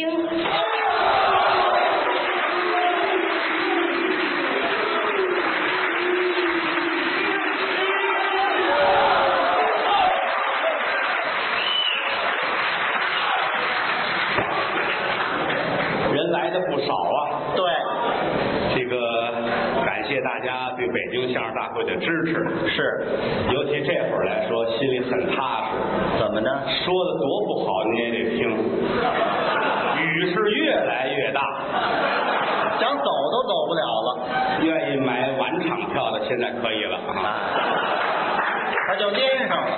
听。人来的不少啊，对，这个感谢大家对北京相声大会的支持，是尤其这会儿来说，心里很踏实。怎么呢？说的多不好，你也得听，雨是越来越大。想走都走不了了，愿意买晚场票的现在可以了啊！他就拎上了。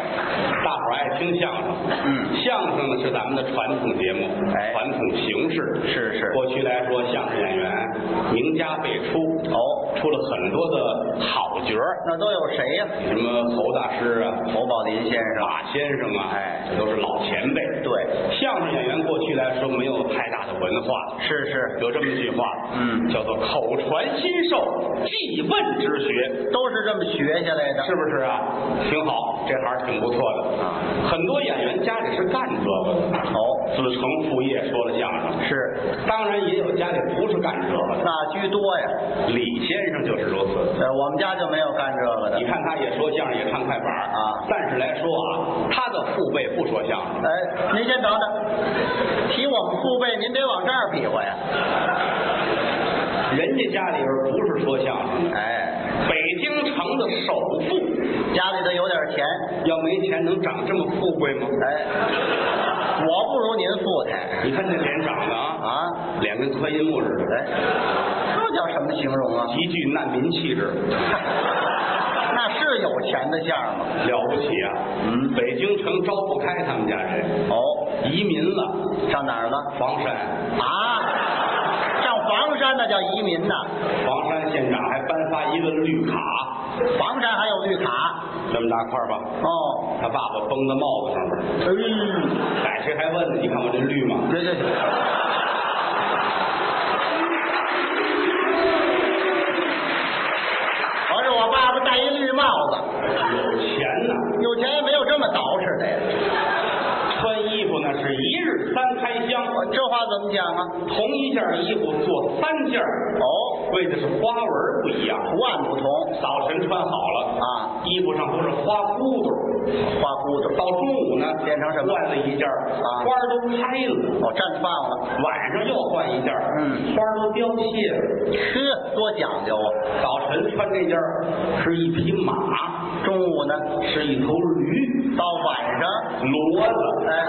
大伙儿爱听相声，嗯，相声呢是咱们的传统节目，哎传统形式是是过去来说，相声演员名家辈出，哦，出了很多的好角儿，那都有谁呀、什么侯大师啊，侯宝林先生。马先生啊，哎这都是老前辈。对，相声演员过去来说没有太大的文化，是是，有这么一句话，嗯叫做口传心授，记问之学，都是这么学下来的。是不是啊？挺好，这行挺不错的啊很多演员家里是干这个的，哦，自成副业说了相声，是，当然也有家里不是干这个那居多呀。的。李先生就是如此。呃，我们家就没有干这个的你。看他也说相声，也唱快板儿啊但是来说啊，他的父辈不说相声，哎，您先等等，提我们父辈，您别往这儿比划呀。人家家里边不是说相声的。哎，北京城的首富，家里头有点钱，要没钱能长这么富贵吗？哎，我不如您富态你看这脸长得啊，啊。脸跟宽银幕似的，哎，这叫什么形容啊？ 极具难民气质，那是有钱的相吗？了不起啊！嗯北京城招不开他们家人，哦，移民了，上哪儿了？房山，啊，上房山那叫移民呐，房山县长还颁发一个绿卡，房山还有绿卡这么大块儿吧，哦。他爸爸绷在帽子上边，哎，逮谁还问呢？你看我这绿吗？这这我是我爸爸戴一绿帽子，有钱呐、有钱也没有这么捯饬的呀。穿衣服那是一日三开箱，我这话怎么讲啊？同一件衣服做三件儿哦，为的是花纹不一样。图案不同早晨穿好了啊，衣服上都是花骨朵，花骨朵到中午呢变成什么换了一件儿啊花儿都开了。哦，绽放了，晚上又换一件儿，嗯花儿都凋谢了。呵，多讲究啊！早晨穿这件儿是一匹马，中午呢，是一头驴，到晚上，骡子。哎，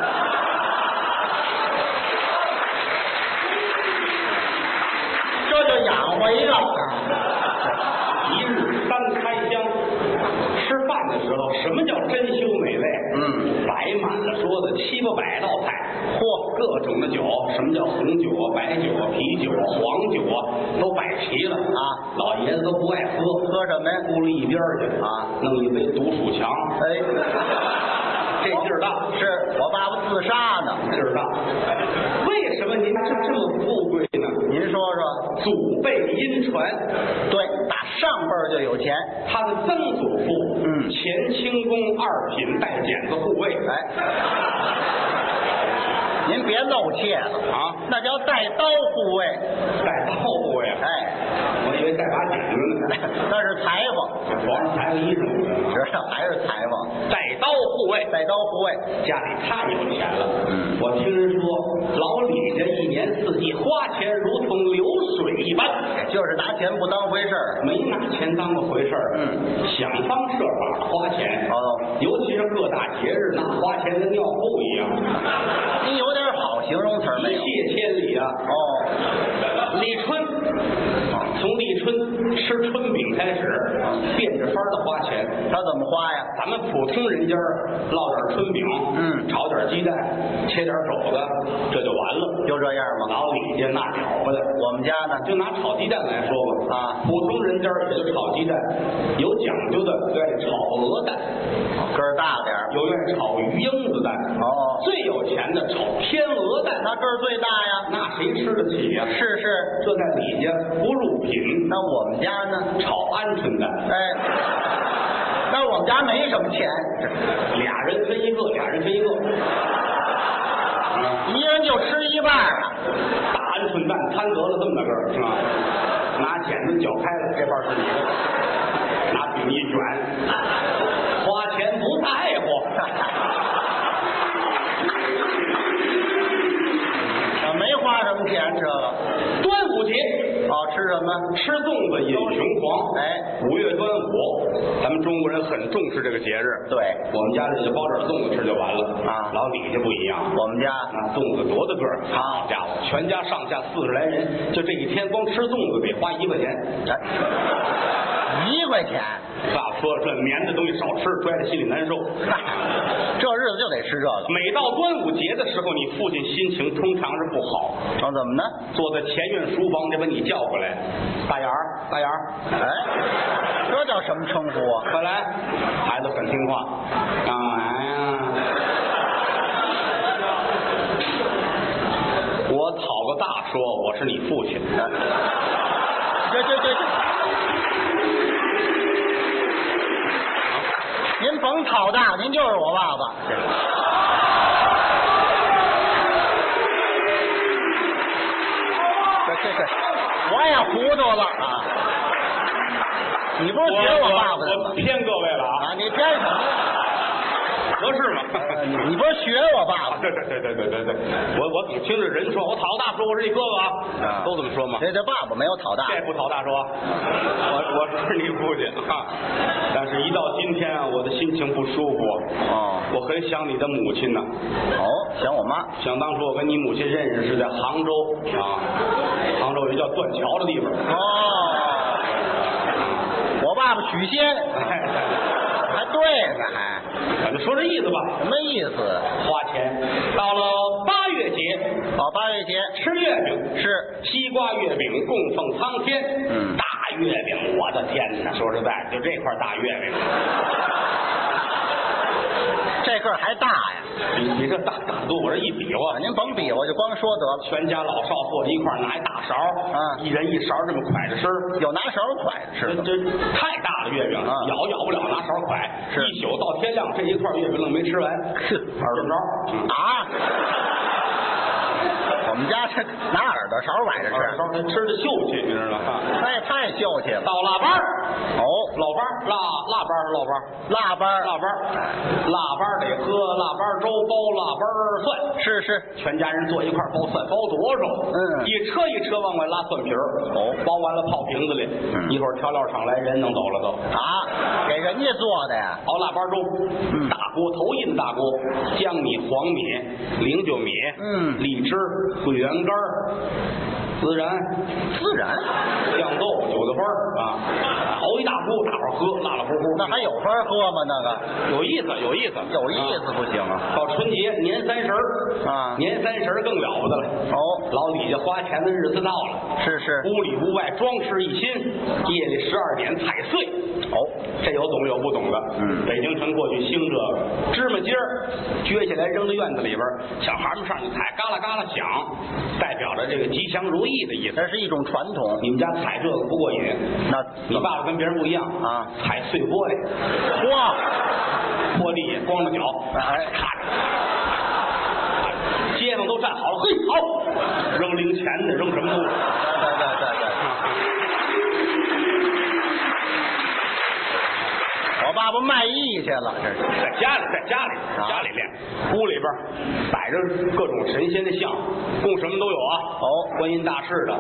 这就养活一个。一日三开箱。吃饭的时候，什么叫珍馐美味？嗯，摆满了桌子，七八百道菜，嚯，各种的酒，什么叫红酒啊、白酒啊、啤酒啊、黄酒啊，都摆齐了啊！老爷子都不爱喝，喝什么呀？咕噜一边儿去啊！弄一杯独属强，哎，这劲儿大，是我爸爸自杀呢。劲儿大。为什么您家这么富贵呢？您说说，祖辈因传，对，打上辈儿就有钱，他的曾祖父，嗯前清宫二品带剪子护卫，哎，您别露怯了啊，那叫带刀护卫，带刀护卫啊，哎， 我以为带把剪子呢，那是裁缝，皇上裁个衣裳，是啊还是裁缝，带刀护卫。带刀护卫，家里太有钱了。嗯我听人说老李家一年四季花钱如同流水一般，就是拿钱不当回事儿。没拿钱当回事儿。嗯，想方设法的花钱。哦，尤其是各大节日，那花钱跟尿布一样，您有点好形容词儿没一有？泻千里 啊。哦，立春，从立春吃春饼开始，变着法儿的花钱。他怎么花呀？咱们普通人家儿烙点儿春饼，嗯炒点儿鸡蛋，切点儿肘子，这就完了。就这样吗？老李家那了不得，我们家呢？就拿炒鸡蛋来说吧，啊普通人家儿也就炒鸡蛋，有讲究的就爱炒鹅蛋，个儿大点儿。有愿炒鱼鹰子蛋，哦，最有钱的炒天鹅蛋，他个儿最大呀。那谁吃得起呀、是是，这在李家不入品，那我们家呢？炒鹌鹑蛋，哎，那我们家没什么钱。俩人分一个，俩人分一个。啊，一人就吃一半啊！大鹌鹑蛋摊得了这么大个儿是吧？拿剪子绞开了，这半儿是你的，拿笔一卷，花钱不在乎，啊没花什么钱，这个端午节哦，吃什么？吃粽子饮雄黄，哎，五月端午，咱们中国人很重视这个节日。对，我们家这就包点粽子吃就完了啊老李家不一样，我们家那粽子多大个儿？好家伙，全家上下四十来人，就这一天光吃粽子得花一块钱。哎一块钱，爸说这棉的东西少吃，拽着心里难受。嗨，这日子就得吃这个。每到端午节的时候，你父亲心情通常是不好，哦，怎么呢？坐在前院书房得把你叫过来，大眼儿，大眼儿，哎，这叫什么称呼啊？快来！孩子很听话，干嘛呀？我讨个大说，我是你父亲。这这这这，您甭讨大，您就是我爸爸。这这这，我也糊涂了啊！你不是学我爸爸的我吗？骗各位了啊，啊，你偏什么呀？合适吗？你不是学我爸 爸？对对对对对对对，我我总听着人说，我讨大说我是你哥哥啊啊，都这么说嘛。这这爸爸没有讨大这，也不讨大说啊，我我是你父亲啊，但是一到今天啊，我的心情不舒服，哦我很想你的母亲呐、哦，想我妈想当初我跟你母亲认识是在杭州啊，杭州有一个叫断桥的地方。 哦，我爸爸许仙哎，还对呢，还。反正说这意思吧，什么意思？花钱。到了八月节，哦，八月节吃月饼，是西瓜月饼供奉苍天。嗯大月饼，我的天哪！说实在，就这块大月饼，这个儿还大呀！你你这大大度，我这一比划，您甭比划，就光说得了。全家老少坐在一块儿，拿一大勺，啊一人一勺这么蒯着吃。有拿勺蒯着吃这的吗？这太大了，月饼啊咬咬不了，拿勺蒯，是一宿到天亮，这一块月饼愣没吃完，耳朵着，啊！我们家这拿耳朵勺蒯着耳吃，朵着，他啊吃的秀气，你知道吗？那也太秀气了。到腊八儿，哦，老八儿腊腊八儿腊八儿腊八儿腊八儿腊八儿得喝腊八儿粥，包腊八儿蒜。是是，全家人坐一块儿包蒜，包多少？嗯一车一车往外拉蒜皮儿，哦包完了泡瓶子里，嗯一会儿调料厂来人弄走了都。啊，给人家做的呀。熬腊八粥，嗯大锅头一的大锅，江米、黄米、零酒米，嗯荔枝、桂圆干儿、孜然、孜然，酱豆、韭菜花儿啊，熬一大锅，大伙儿喝，辣辣乎乎，那还有法喝吗？那个有意思，有意思，有意思啊不行啊！到春节年三十儿啊年三十儿更了不得了，哦，老李家花钱的日子到了，是是，屋里屋外装饰一新，夜里十二点踩碎，哦，这有懂有不懂的。嗯北京城过去兴这个芝麻尖儿，撅下来扔到院子里边儿，小孩们上去踩，嘎啦嘎啦响，代表着这个吉祥如意的意思。那是一种传统。你们家踩这个不过瘾，那你爸爸跟别人不一样啊踩碎玻璃，嚯，玻璃光着脚，哎咔嚓，街上都站好了，嘿，好，扔零钱的，扔什么都有。对对对对对。 我爸爸卖艺去了，这是在家里，在家里，啊家里练，屋里边摆着各种神仙的像，供什么都有啊。哦观音大士的，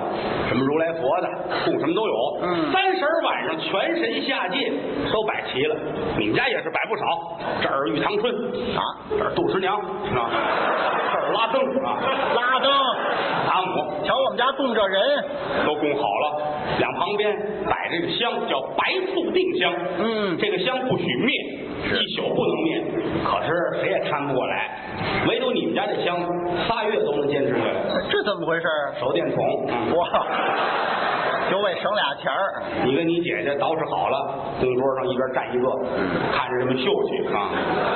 什么如来佛的，供什么都有。嗯三十儿晚上全神下界都摆齐了，你们家也是摆不少。这儿玉堂春啊，这儿杜十娘啊，这儿拉登啊，拉登。达姆瞧我们家供这人，都供好了，两旁边摆这个香，叫白醋定香。嗯这个香不许灭，是一宿不能灭。可是谁也看不过来，唯独你们家这香仨月都能坚持下来。这怎么回事？手电筒，嗯哇，就为省俩钱儿，你跟你姐姐捯饬好了，供桌上一边站一个，嗯看着这么秀气啊，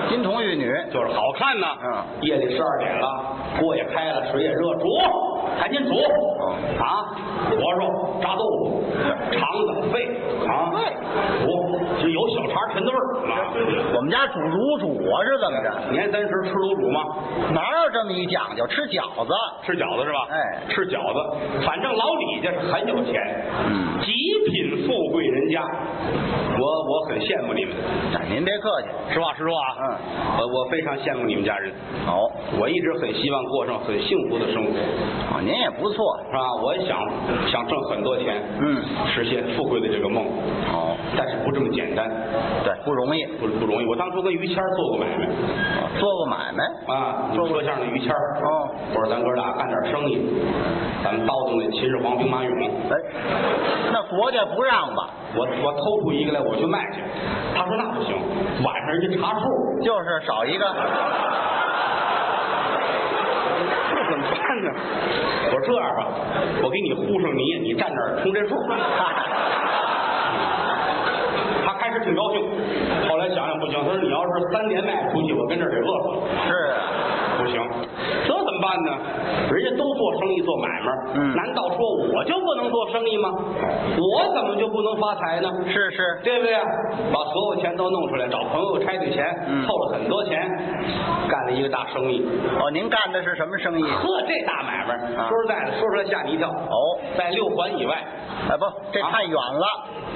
金童玉女。就是好看呐。嗯夜里十二点了，锅也开了，水也热，煮赶紧煮嗯啊！火烧炸豆腐，肠子、肺嗯啊，煮就有小肠陈的味儿啊。我们家煮卤煮啊，是怎么着？年三十吃卤煮吗？哪有这么一讲究？吃饺子，吃饺子是吧？哎吃饺子，反正老李家是很有钱，嗯极品富贵人家，我我很羡慕你们，哎您别客气。实话实说啊，嗯，我我非常羡慕你们家人，好、我一直很希望过上很幸福的生活，是啊您也不错。吧？我也想想挣很多钱，嗯，实现富贵的这个梦，哦，但是不这么简单，对，不容易，不不容易。我当初跟于谦儿做过买卖。做过买卖。啊，你们说相声的于谦儿哦，我说咱哥俩干点生意，咱们叨叨那秦始皇兵马俑，哎，那国家不让吧？我我偷出一个来，我去卖去。他说那不行，晚上人家查数，就是少一个。这怎么办呢？我说这样吧，我给你糊上泥，你站那儿冲这数。他开始挺高兴，后来想想不行，他说你要是三点卖出去，我跟这儿得饿死。是啊，不行，这怎么办呢？人家都做生意做买卖，嗯难道说我就不能做生意吗？我怎么就不能发财呢？是是，对不对啊？把所有钱都弄出来，找朋友拆对钱，嗯凑了很多钱，干了一个大生意。哦，您干的是什么生意？呵，这大买卖，啊说实在的，说出来吓你一跳。哦，在六环以外，哎不，这啊太远了。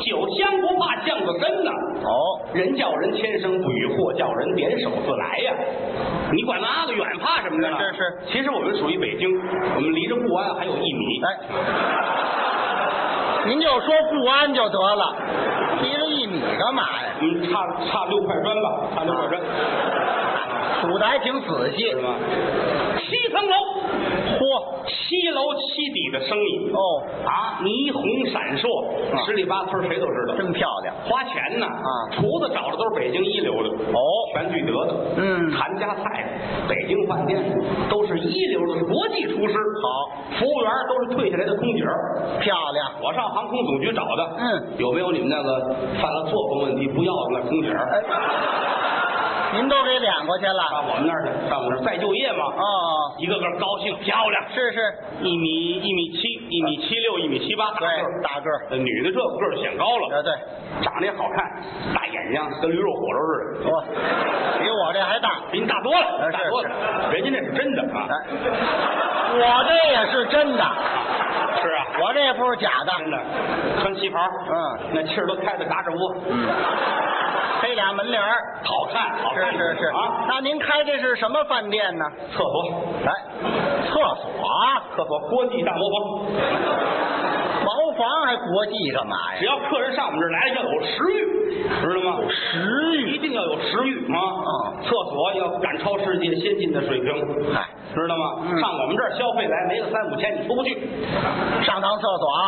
酒香不怕巷子深呐。哦，人叫人千声不语，货叫人点手自来呀。你管那个远怕什么的呢？是是。其实我们属于北京，我们离着不安还有一米。哎，您就说不安就得了，离着一米干嘛呀？我们差差六块砖吧，差六块砖，数的还挺仔细。是吗？ 七层楼，嚯，七楼七底的生意哦，啊，霓虹闪烁，啊十里八村谁都知道。真漂亮。花钱呢啊厨子找的都是北京一流的，哦，全聚德的，嗯韩家菜的，北京饭店的都是一流的国际厨师。好，服务员都是退下来的空姐儿。漂亮。我上航空总局找的，嗯，有没有你们那个犯了作风问题不要的那空姐儿？哎，您都给敛过去了。上我们那儿去，上我们那儿再就业嘛，哦，一个个高兴漂亮，是是，一米一米七，一米七六，一米七八，大个对，儿。大个儿。呃女的这个儿显高了，啊，对，长得也好看，大眼睛跟驴肉火烧似的。我比我这还大。比你大多了，啊大多了，人家那是真的啊，哎，我这也是真的，哎是啊，我这也不是假的。真的，穿旗袍，嗯，那气儿都开的嘎吱窝，嗯，黑俩门帘儿，好看，好是看，是是啊，那您开这是什么饭店呢？厕所，来，哎厕所啊，厕所，国际大茅房，茅房还国际干嘛只呀？要客人上我们这儿来要有食欲，知道吗？食一定要有食欲啊！嗯厕所要赶超世界先进的水平，嗨知道吗？嗯上我们这儿消费来没个三五千你出不去上趟厕所啊，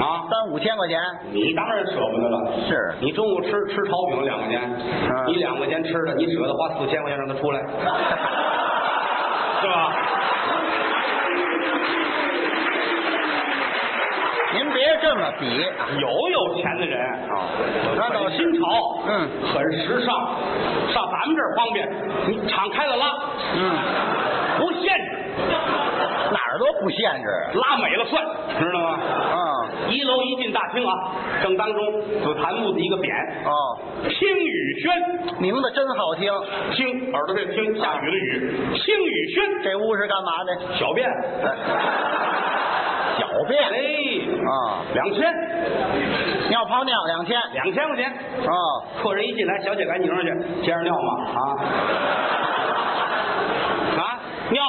啊！三五千块钱。你当然舍不得了，是你中午吃吃炒饼两块嗯钱，你两块钱吃的，你舍得花四千块钱让他出 来，是吧？您别这么比啊，有有钱的人，哦那倒很是新潮，嗯很时尚，上咱们这儿方便，你敞开了拉，嗯，不限制，哪儿都不限制拉美了算，知道吗？啊。一楼一进大厅啊，正当中紫檀木的一个匾，哦，听雨轩，名字真好听。听耳朵这听下雨的雨，听雨轩，这屋是干嘛的？小便，小便。哎，啊，两千，尿泡尿两千哦啊，两千块钱。客人一进来，小姐赶紧上去，接着尿吗？啊啊，尿，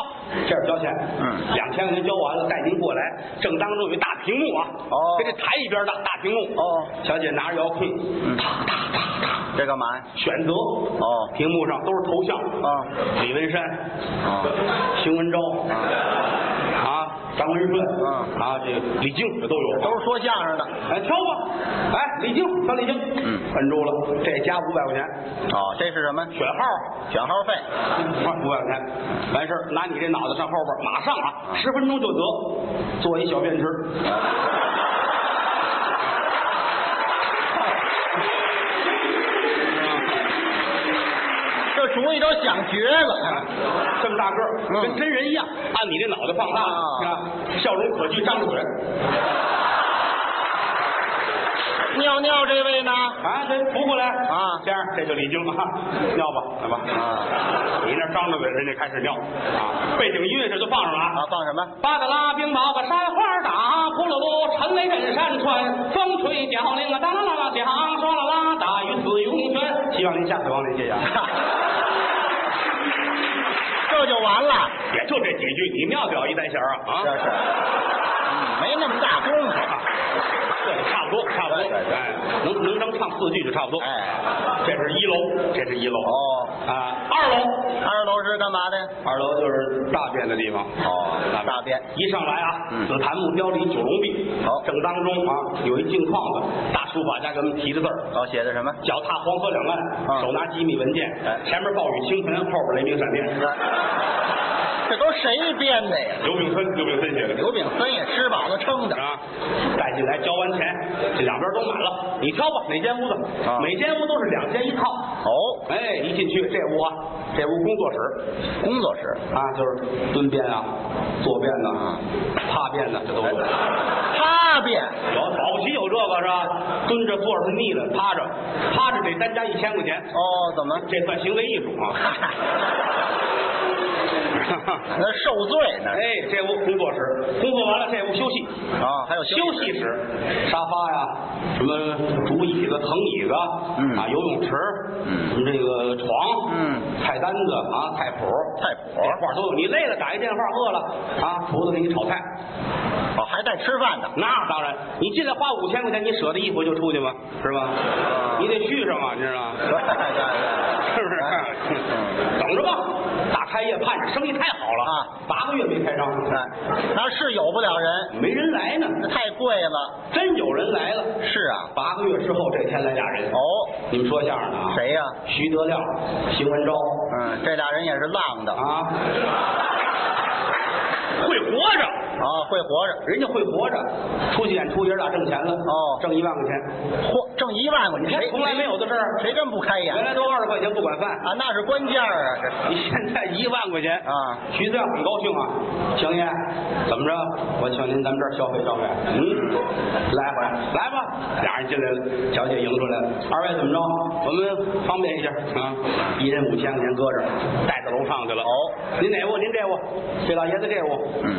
这是交钱。嗯两千块钱交完了，带您过来，正当中有一大屏幕啊，哦跟这台一边大，大屏幕。哦，小姐拿着遥控，嗯，这干嘛呀？选择。哦屏幕上都是头像啊，李文山、啊，邢文昭啊，张文顺嗯啊，这个李菁这都有。都是说相声的。哎，挑吧，哎，李菁，挑李菁，嗯摁住了，这加五百块钱，哦，这是什么？选号，选号费。五百块钱，完事儿拿你这脑袋上后边，马上啊，十分钟就得，做一小便池，这个主意都想绝了。这么大个儿，嗯跟真人一样，按你这脑袋放大啊啊，笑容可掬，张着嘴尿尿这位呢？啊，这扶过来啊这样这就礼敬了， 啊尿吧，来吧，啊你那张着嘴，人家开始尿啊，背景音乐这就放上了啊啊，放什么？八个拉冰雹个山花打，呼噜噜尘雷震山川，风吹脚铃啊当啷啷啷响，唰啦啦打鱼死涌泉。希望您下次往里谢谢 啊。这就完了？也就这几句，你们要表一单弦儿啊啊，是，嗯没那么大功夫。对，差不多差不对多，对对哎，能能能唱四句就差不多。哎，这是一楼，这是一楼哦，啊，二楼，二楼是干嘛的？二楼就是大便的地方。哦大便。一上来啊，嗯紫檀木雕了一九龙壁，好正当中啊有一镜框子，大书法家给我们题的字儿，哦，写的什么？脚踏黄河两岸，嗯手拿机密文件，哎嗯前面暴雨倾盆，后边雷鸣闪电。这都谁编的呀？ 刘炳芬，刘炳芬写的。刘炳森也吃饱了撑的。啊，带进来交完钱，这两边都满了，你挑吧，哪间屋子？啊每间屋都是两间一套。哦，哎，一进去这屋啊，这屋工作室工作室啊，就是蹲便啊、坐便呐、趴便呐，这都有。他变哎有早期有这个是吧？蹲着坐着是腻的，趴着趴着得单加一千块钱，哦，怎么？ 这算行为艺术啊。 那受罪呢？哎，这屋工作室，工作完了这屋休息，啊，还有休息室，沙发呀，什么竹椅子、藤椅子，嗯啊，游泳池，嗯什么这个床，嗯菜单子啊，菜谱，菜谱这块儿都有。你累了打一电话，饿了啊，厨子给你炒菜。哦，还带吃 饭的。那当然，你进来花五千块钱，你舍得一回就出去吗？是吧？你得续上啊，你知道吗？是不是？哎 等着吧，大开业盼着生意太好了啊，八个月没开张，哎，那是有不了人，没人来呢，那太贵了。真有人来了。是啊，八个月之后，这天来俩人。哦，你们说相声的啊？？谁呀、徐德亮、邢文昭嗯，这俩人也是浪的啊，啊，会活着，会活着，人家会活着，出去演出爷俩挣钱了，哦挣一万块钱，嚯，挣一万块你钱，看谁从来没有的事儿，谁这么不开眼原来都二十块钱不管饭，啊？那是关键儿啊，这是你现在一万块钱啊徐德亮很高兴啊，邢爷，怎么着？我请您咱们这儿消费消费。嗯，来回来吧。俩人进来了，小姐迎出来了。二位怎么着？我们方便一下啊，一人五千块钱搁这儿，带到楼上去了。哦，您哪屋？您这屋？这老爷子这屋？嗯，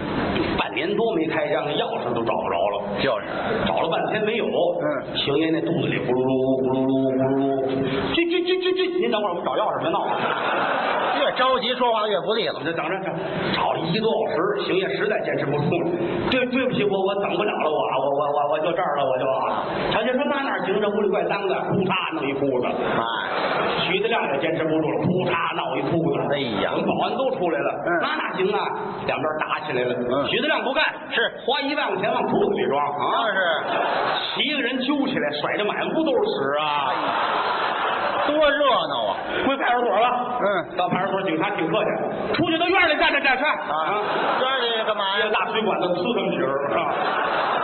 半年多没开张，钥匙都找不着了。就是找了半天没有，嗯邢爷那肚子里咕噜噜咕噜噜咕噜噜，去去去去去，您等会儿我们找钥匙，别闹了。越着急说话越不利我落。们就等着，找了一个多小时，行业实在坚持不住了。对，对不起，我我等不了了，我啊我我我我就这儿了，我就啊。小姐说那哪行，这屋里怪脏的，扑嚓弄一裤子。哎，徐德亮也坚持不住了，扑嚓闹一裤子。哎呀我们保安都出来了，嗯那哪行啊？两边打起来了。嗯徐德亮不干，是花一万块钱往裤子里装啊那，是七个人揪起来，甩着满屋都是屎啊。多热闹啊！归派出所了，嗯，到派出所警察请客去，出去到院里站着站着站啊，这里干嘛挨着哎呀？大水管子呲他们几人儿是吧？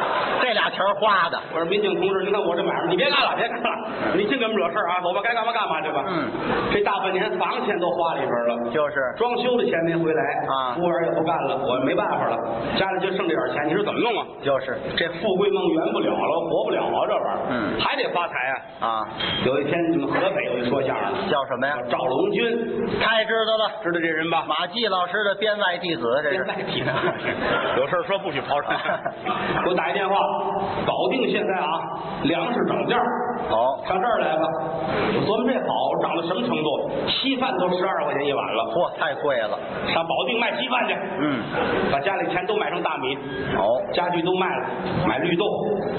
这俩钱儿花的，我说民警同志，您看我这买卖，你别干了，别干了，你净给我们惹事儿啊！走吧，该干嘛干嘛去吧。嗯，这大半年房钱都花里边了，就是装修的钱没回来啊服务员也不干了，我没办法了，家里就剩这点钱，你说怎么弄啊？就是这富贵梦圆不了了，活不了啊，这玩意儿，嗯还得发财啊。啊，有一天，你们河北有一说相声的，叫什么呀？赵龙军，太知道了，知道这人 吧？马季老师的编外弟子，这是编外 地的，有事儿说不许跑人。给我打一电话，保定现在啊，粮食涨价儿，好，上这儿来吧。我琢磨这好涨到什么程度？稀饭都十二块钱一碗了，嚯，太贵了，上保定卖稀饭去。嗯，把家里钱都买成大米，好，家具都卖了，买绿豆，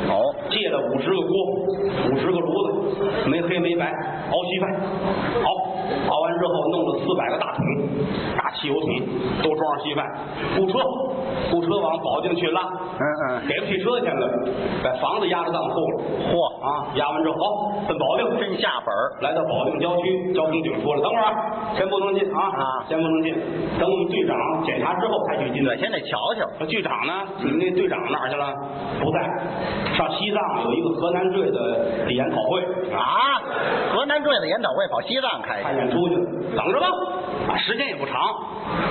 好，借了五十个锅，五十个炉子，没黑没白，熬稀饭，熬，熬完之后弄了四百个大桶，大汽油桶都装上稀饭，雇车，雇车往保定去拉，嗯嗯，给不起车钱了，把房子押到当铺了，嚯，啊，押完之后好奔保定，真下本儿来到保定郊区，交通警说了：“等会儿啊，先不能进啊，啊先不能进，等我们队长检查之后才许进来。对，先得瞧瞧。说剧场呢？你们那队长哪儿去了？不在，上西藏有一个河南队的演讨会啊，啊，河南坠子研讨会跑西藏开看去，演出去了，等着吧。啊，时间也不长，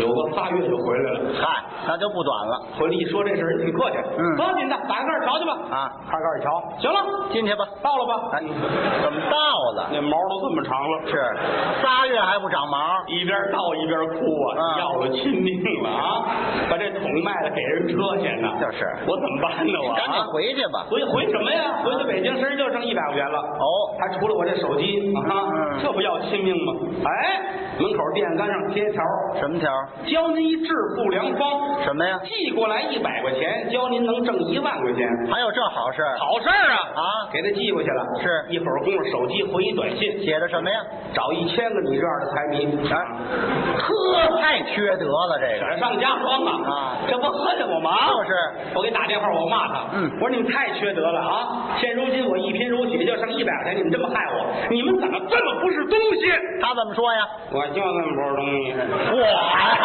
有个仨月就回来了。嗨，那就不短了，回来一说这事儿，人挺客气，嗯不要紧的，打开盖儿瞧去吧。啊，开盖儿瞧，行了，进去吧。到了吧？哎，怎么到了？那毛都这么长了，是仨月还不长毛？一边倒一边哭啊，啊要了亲命了 啊！把这桶卖了给人车钱呢，就是我怎么办呢？我你啊赶紧回去吧。回回什么呀？回去北京身就剩一百块钱了。哦，还除了我这手机啊，嗯这不要亲命吗？哎，门口电杆上贴条，什么条？教您致富良方，什么呀？寄过来一百块钱，教您能挣一万块钱。还有这好事？好事儿啊！啊，给他寄过去了，是一会儿功夫手机回一短信，写的什么呀？找一千个你这样的财迷，啊呵，太缺德了，这个雪上加霜啊！啊这不恨我吗？就是我给打电话，我骂他，嗯我说你们太缺德了啊！现如今我一贫如洗，就剩一百块钱，你们这么害我，你们怎么这么不是东西？他怎么说呀？我就这么不是东西。我呀，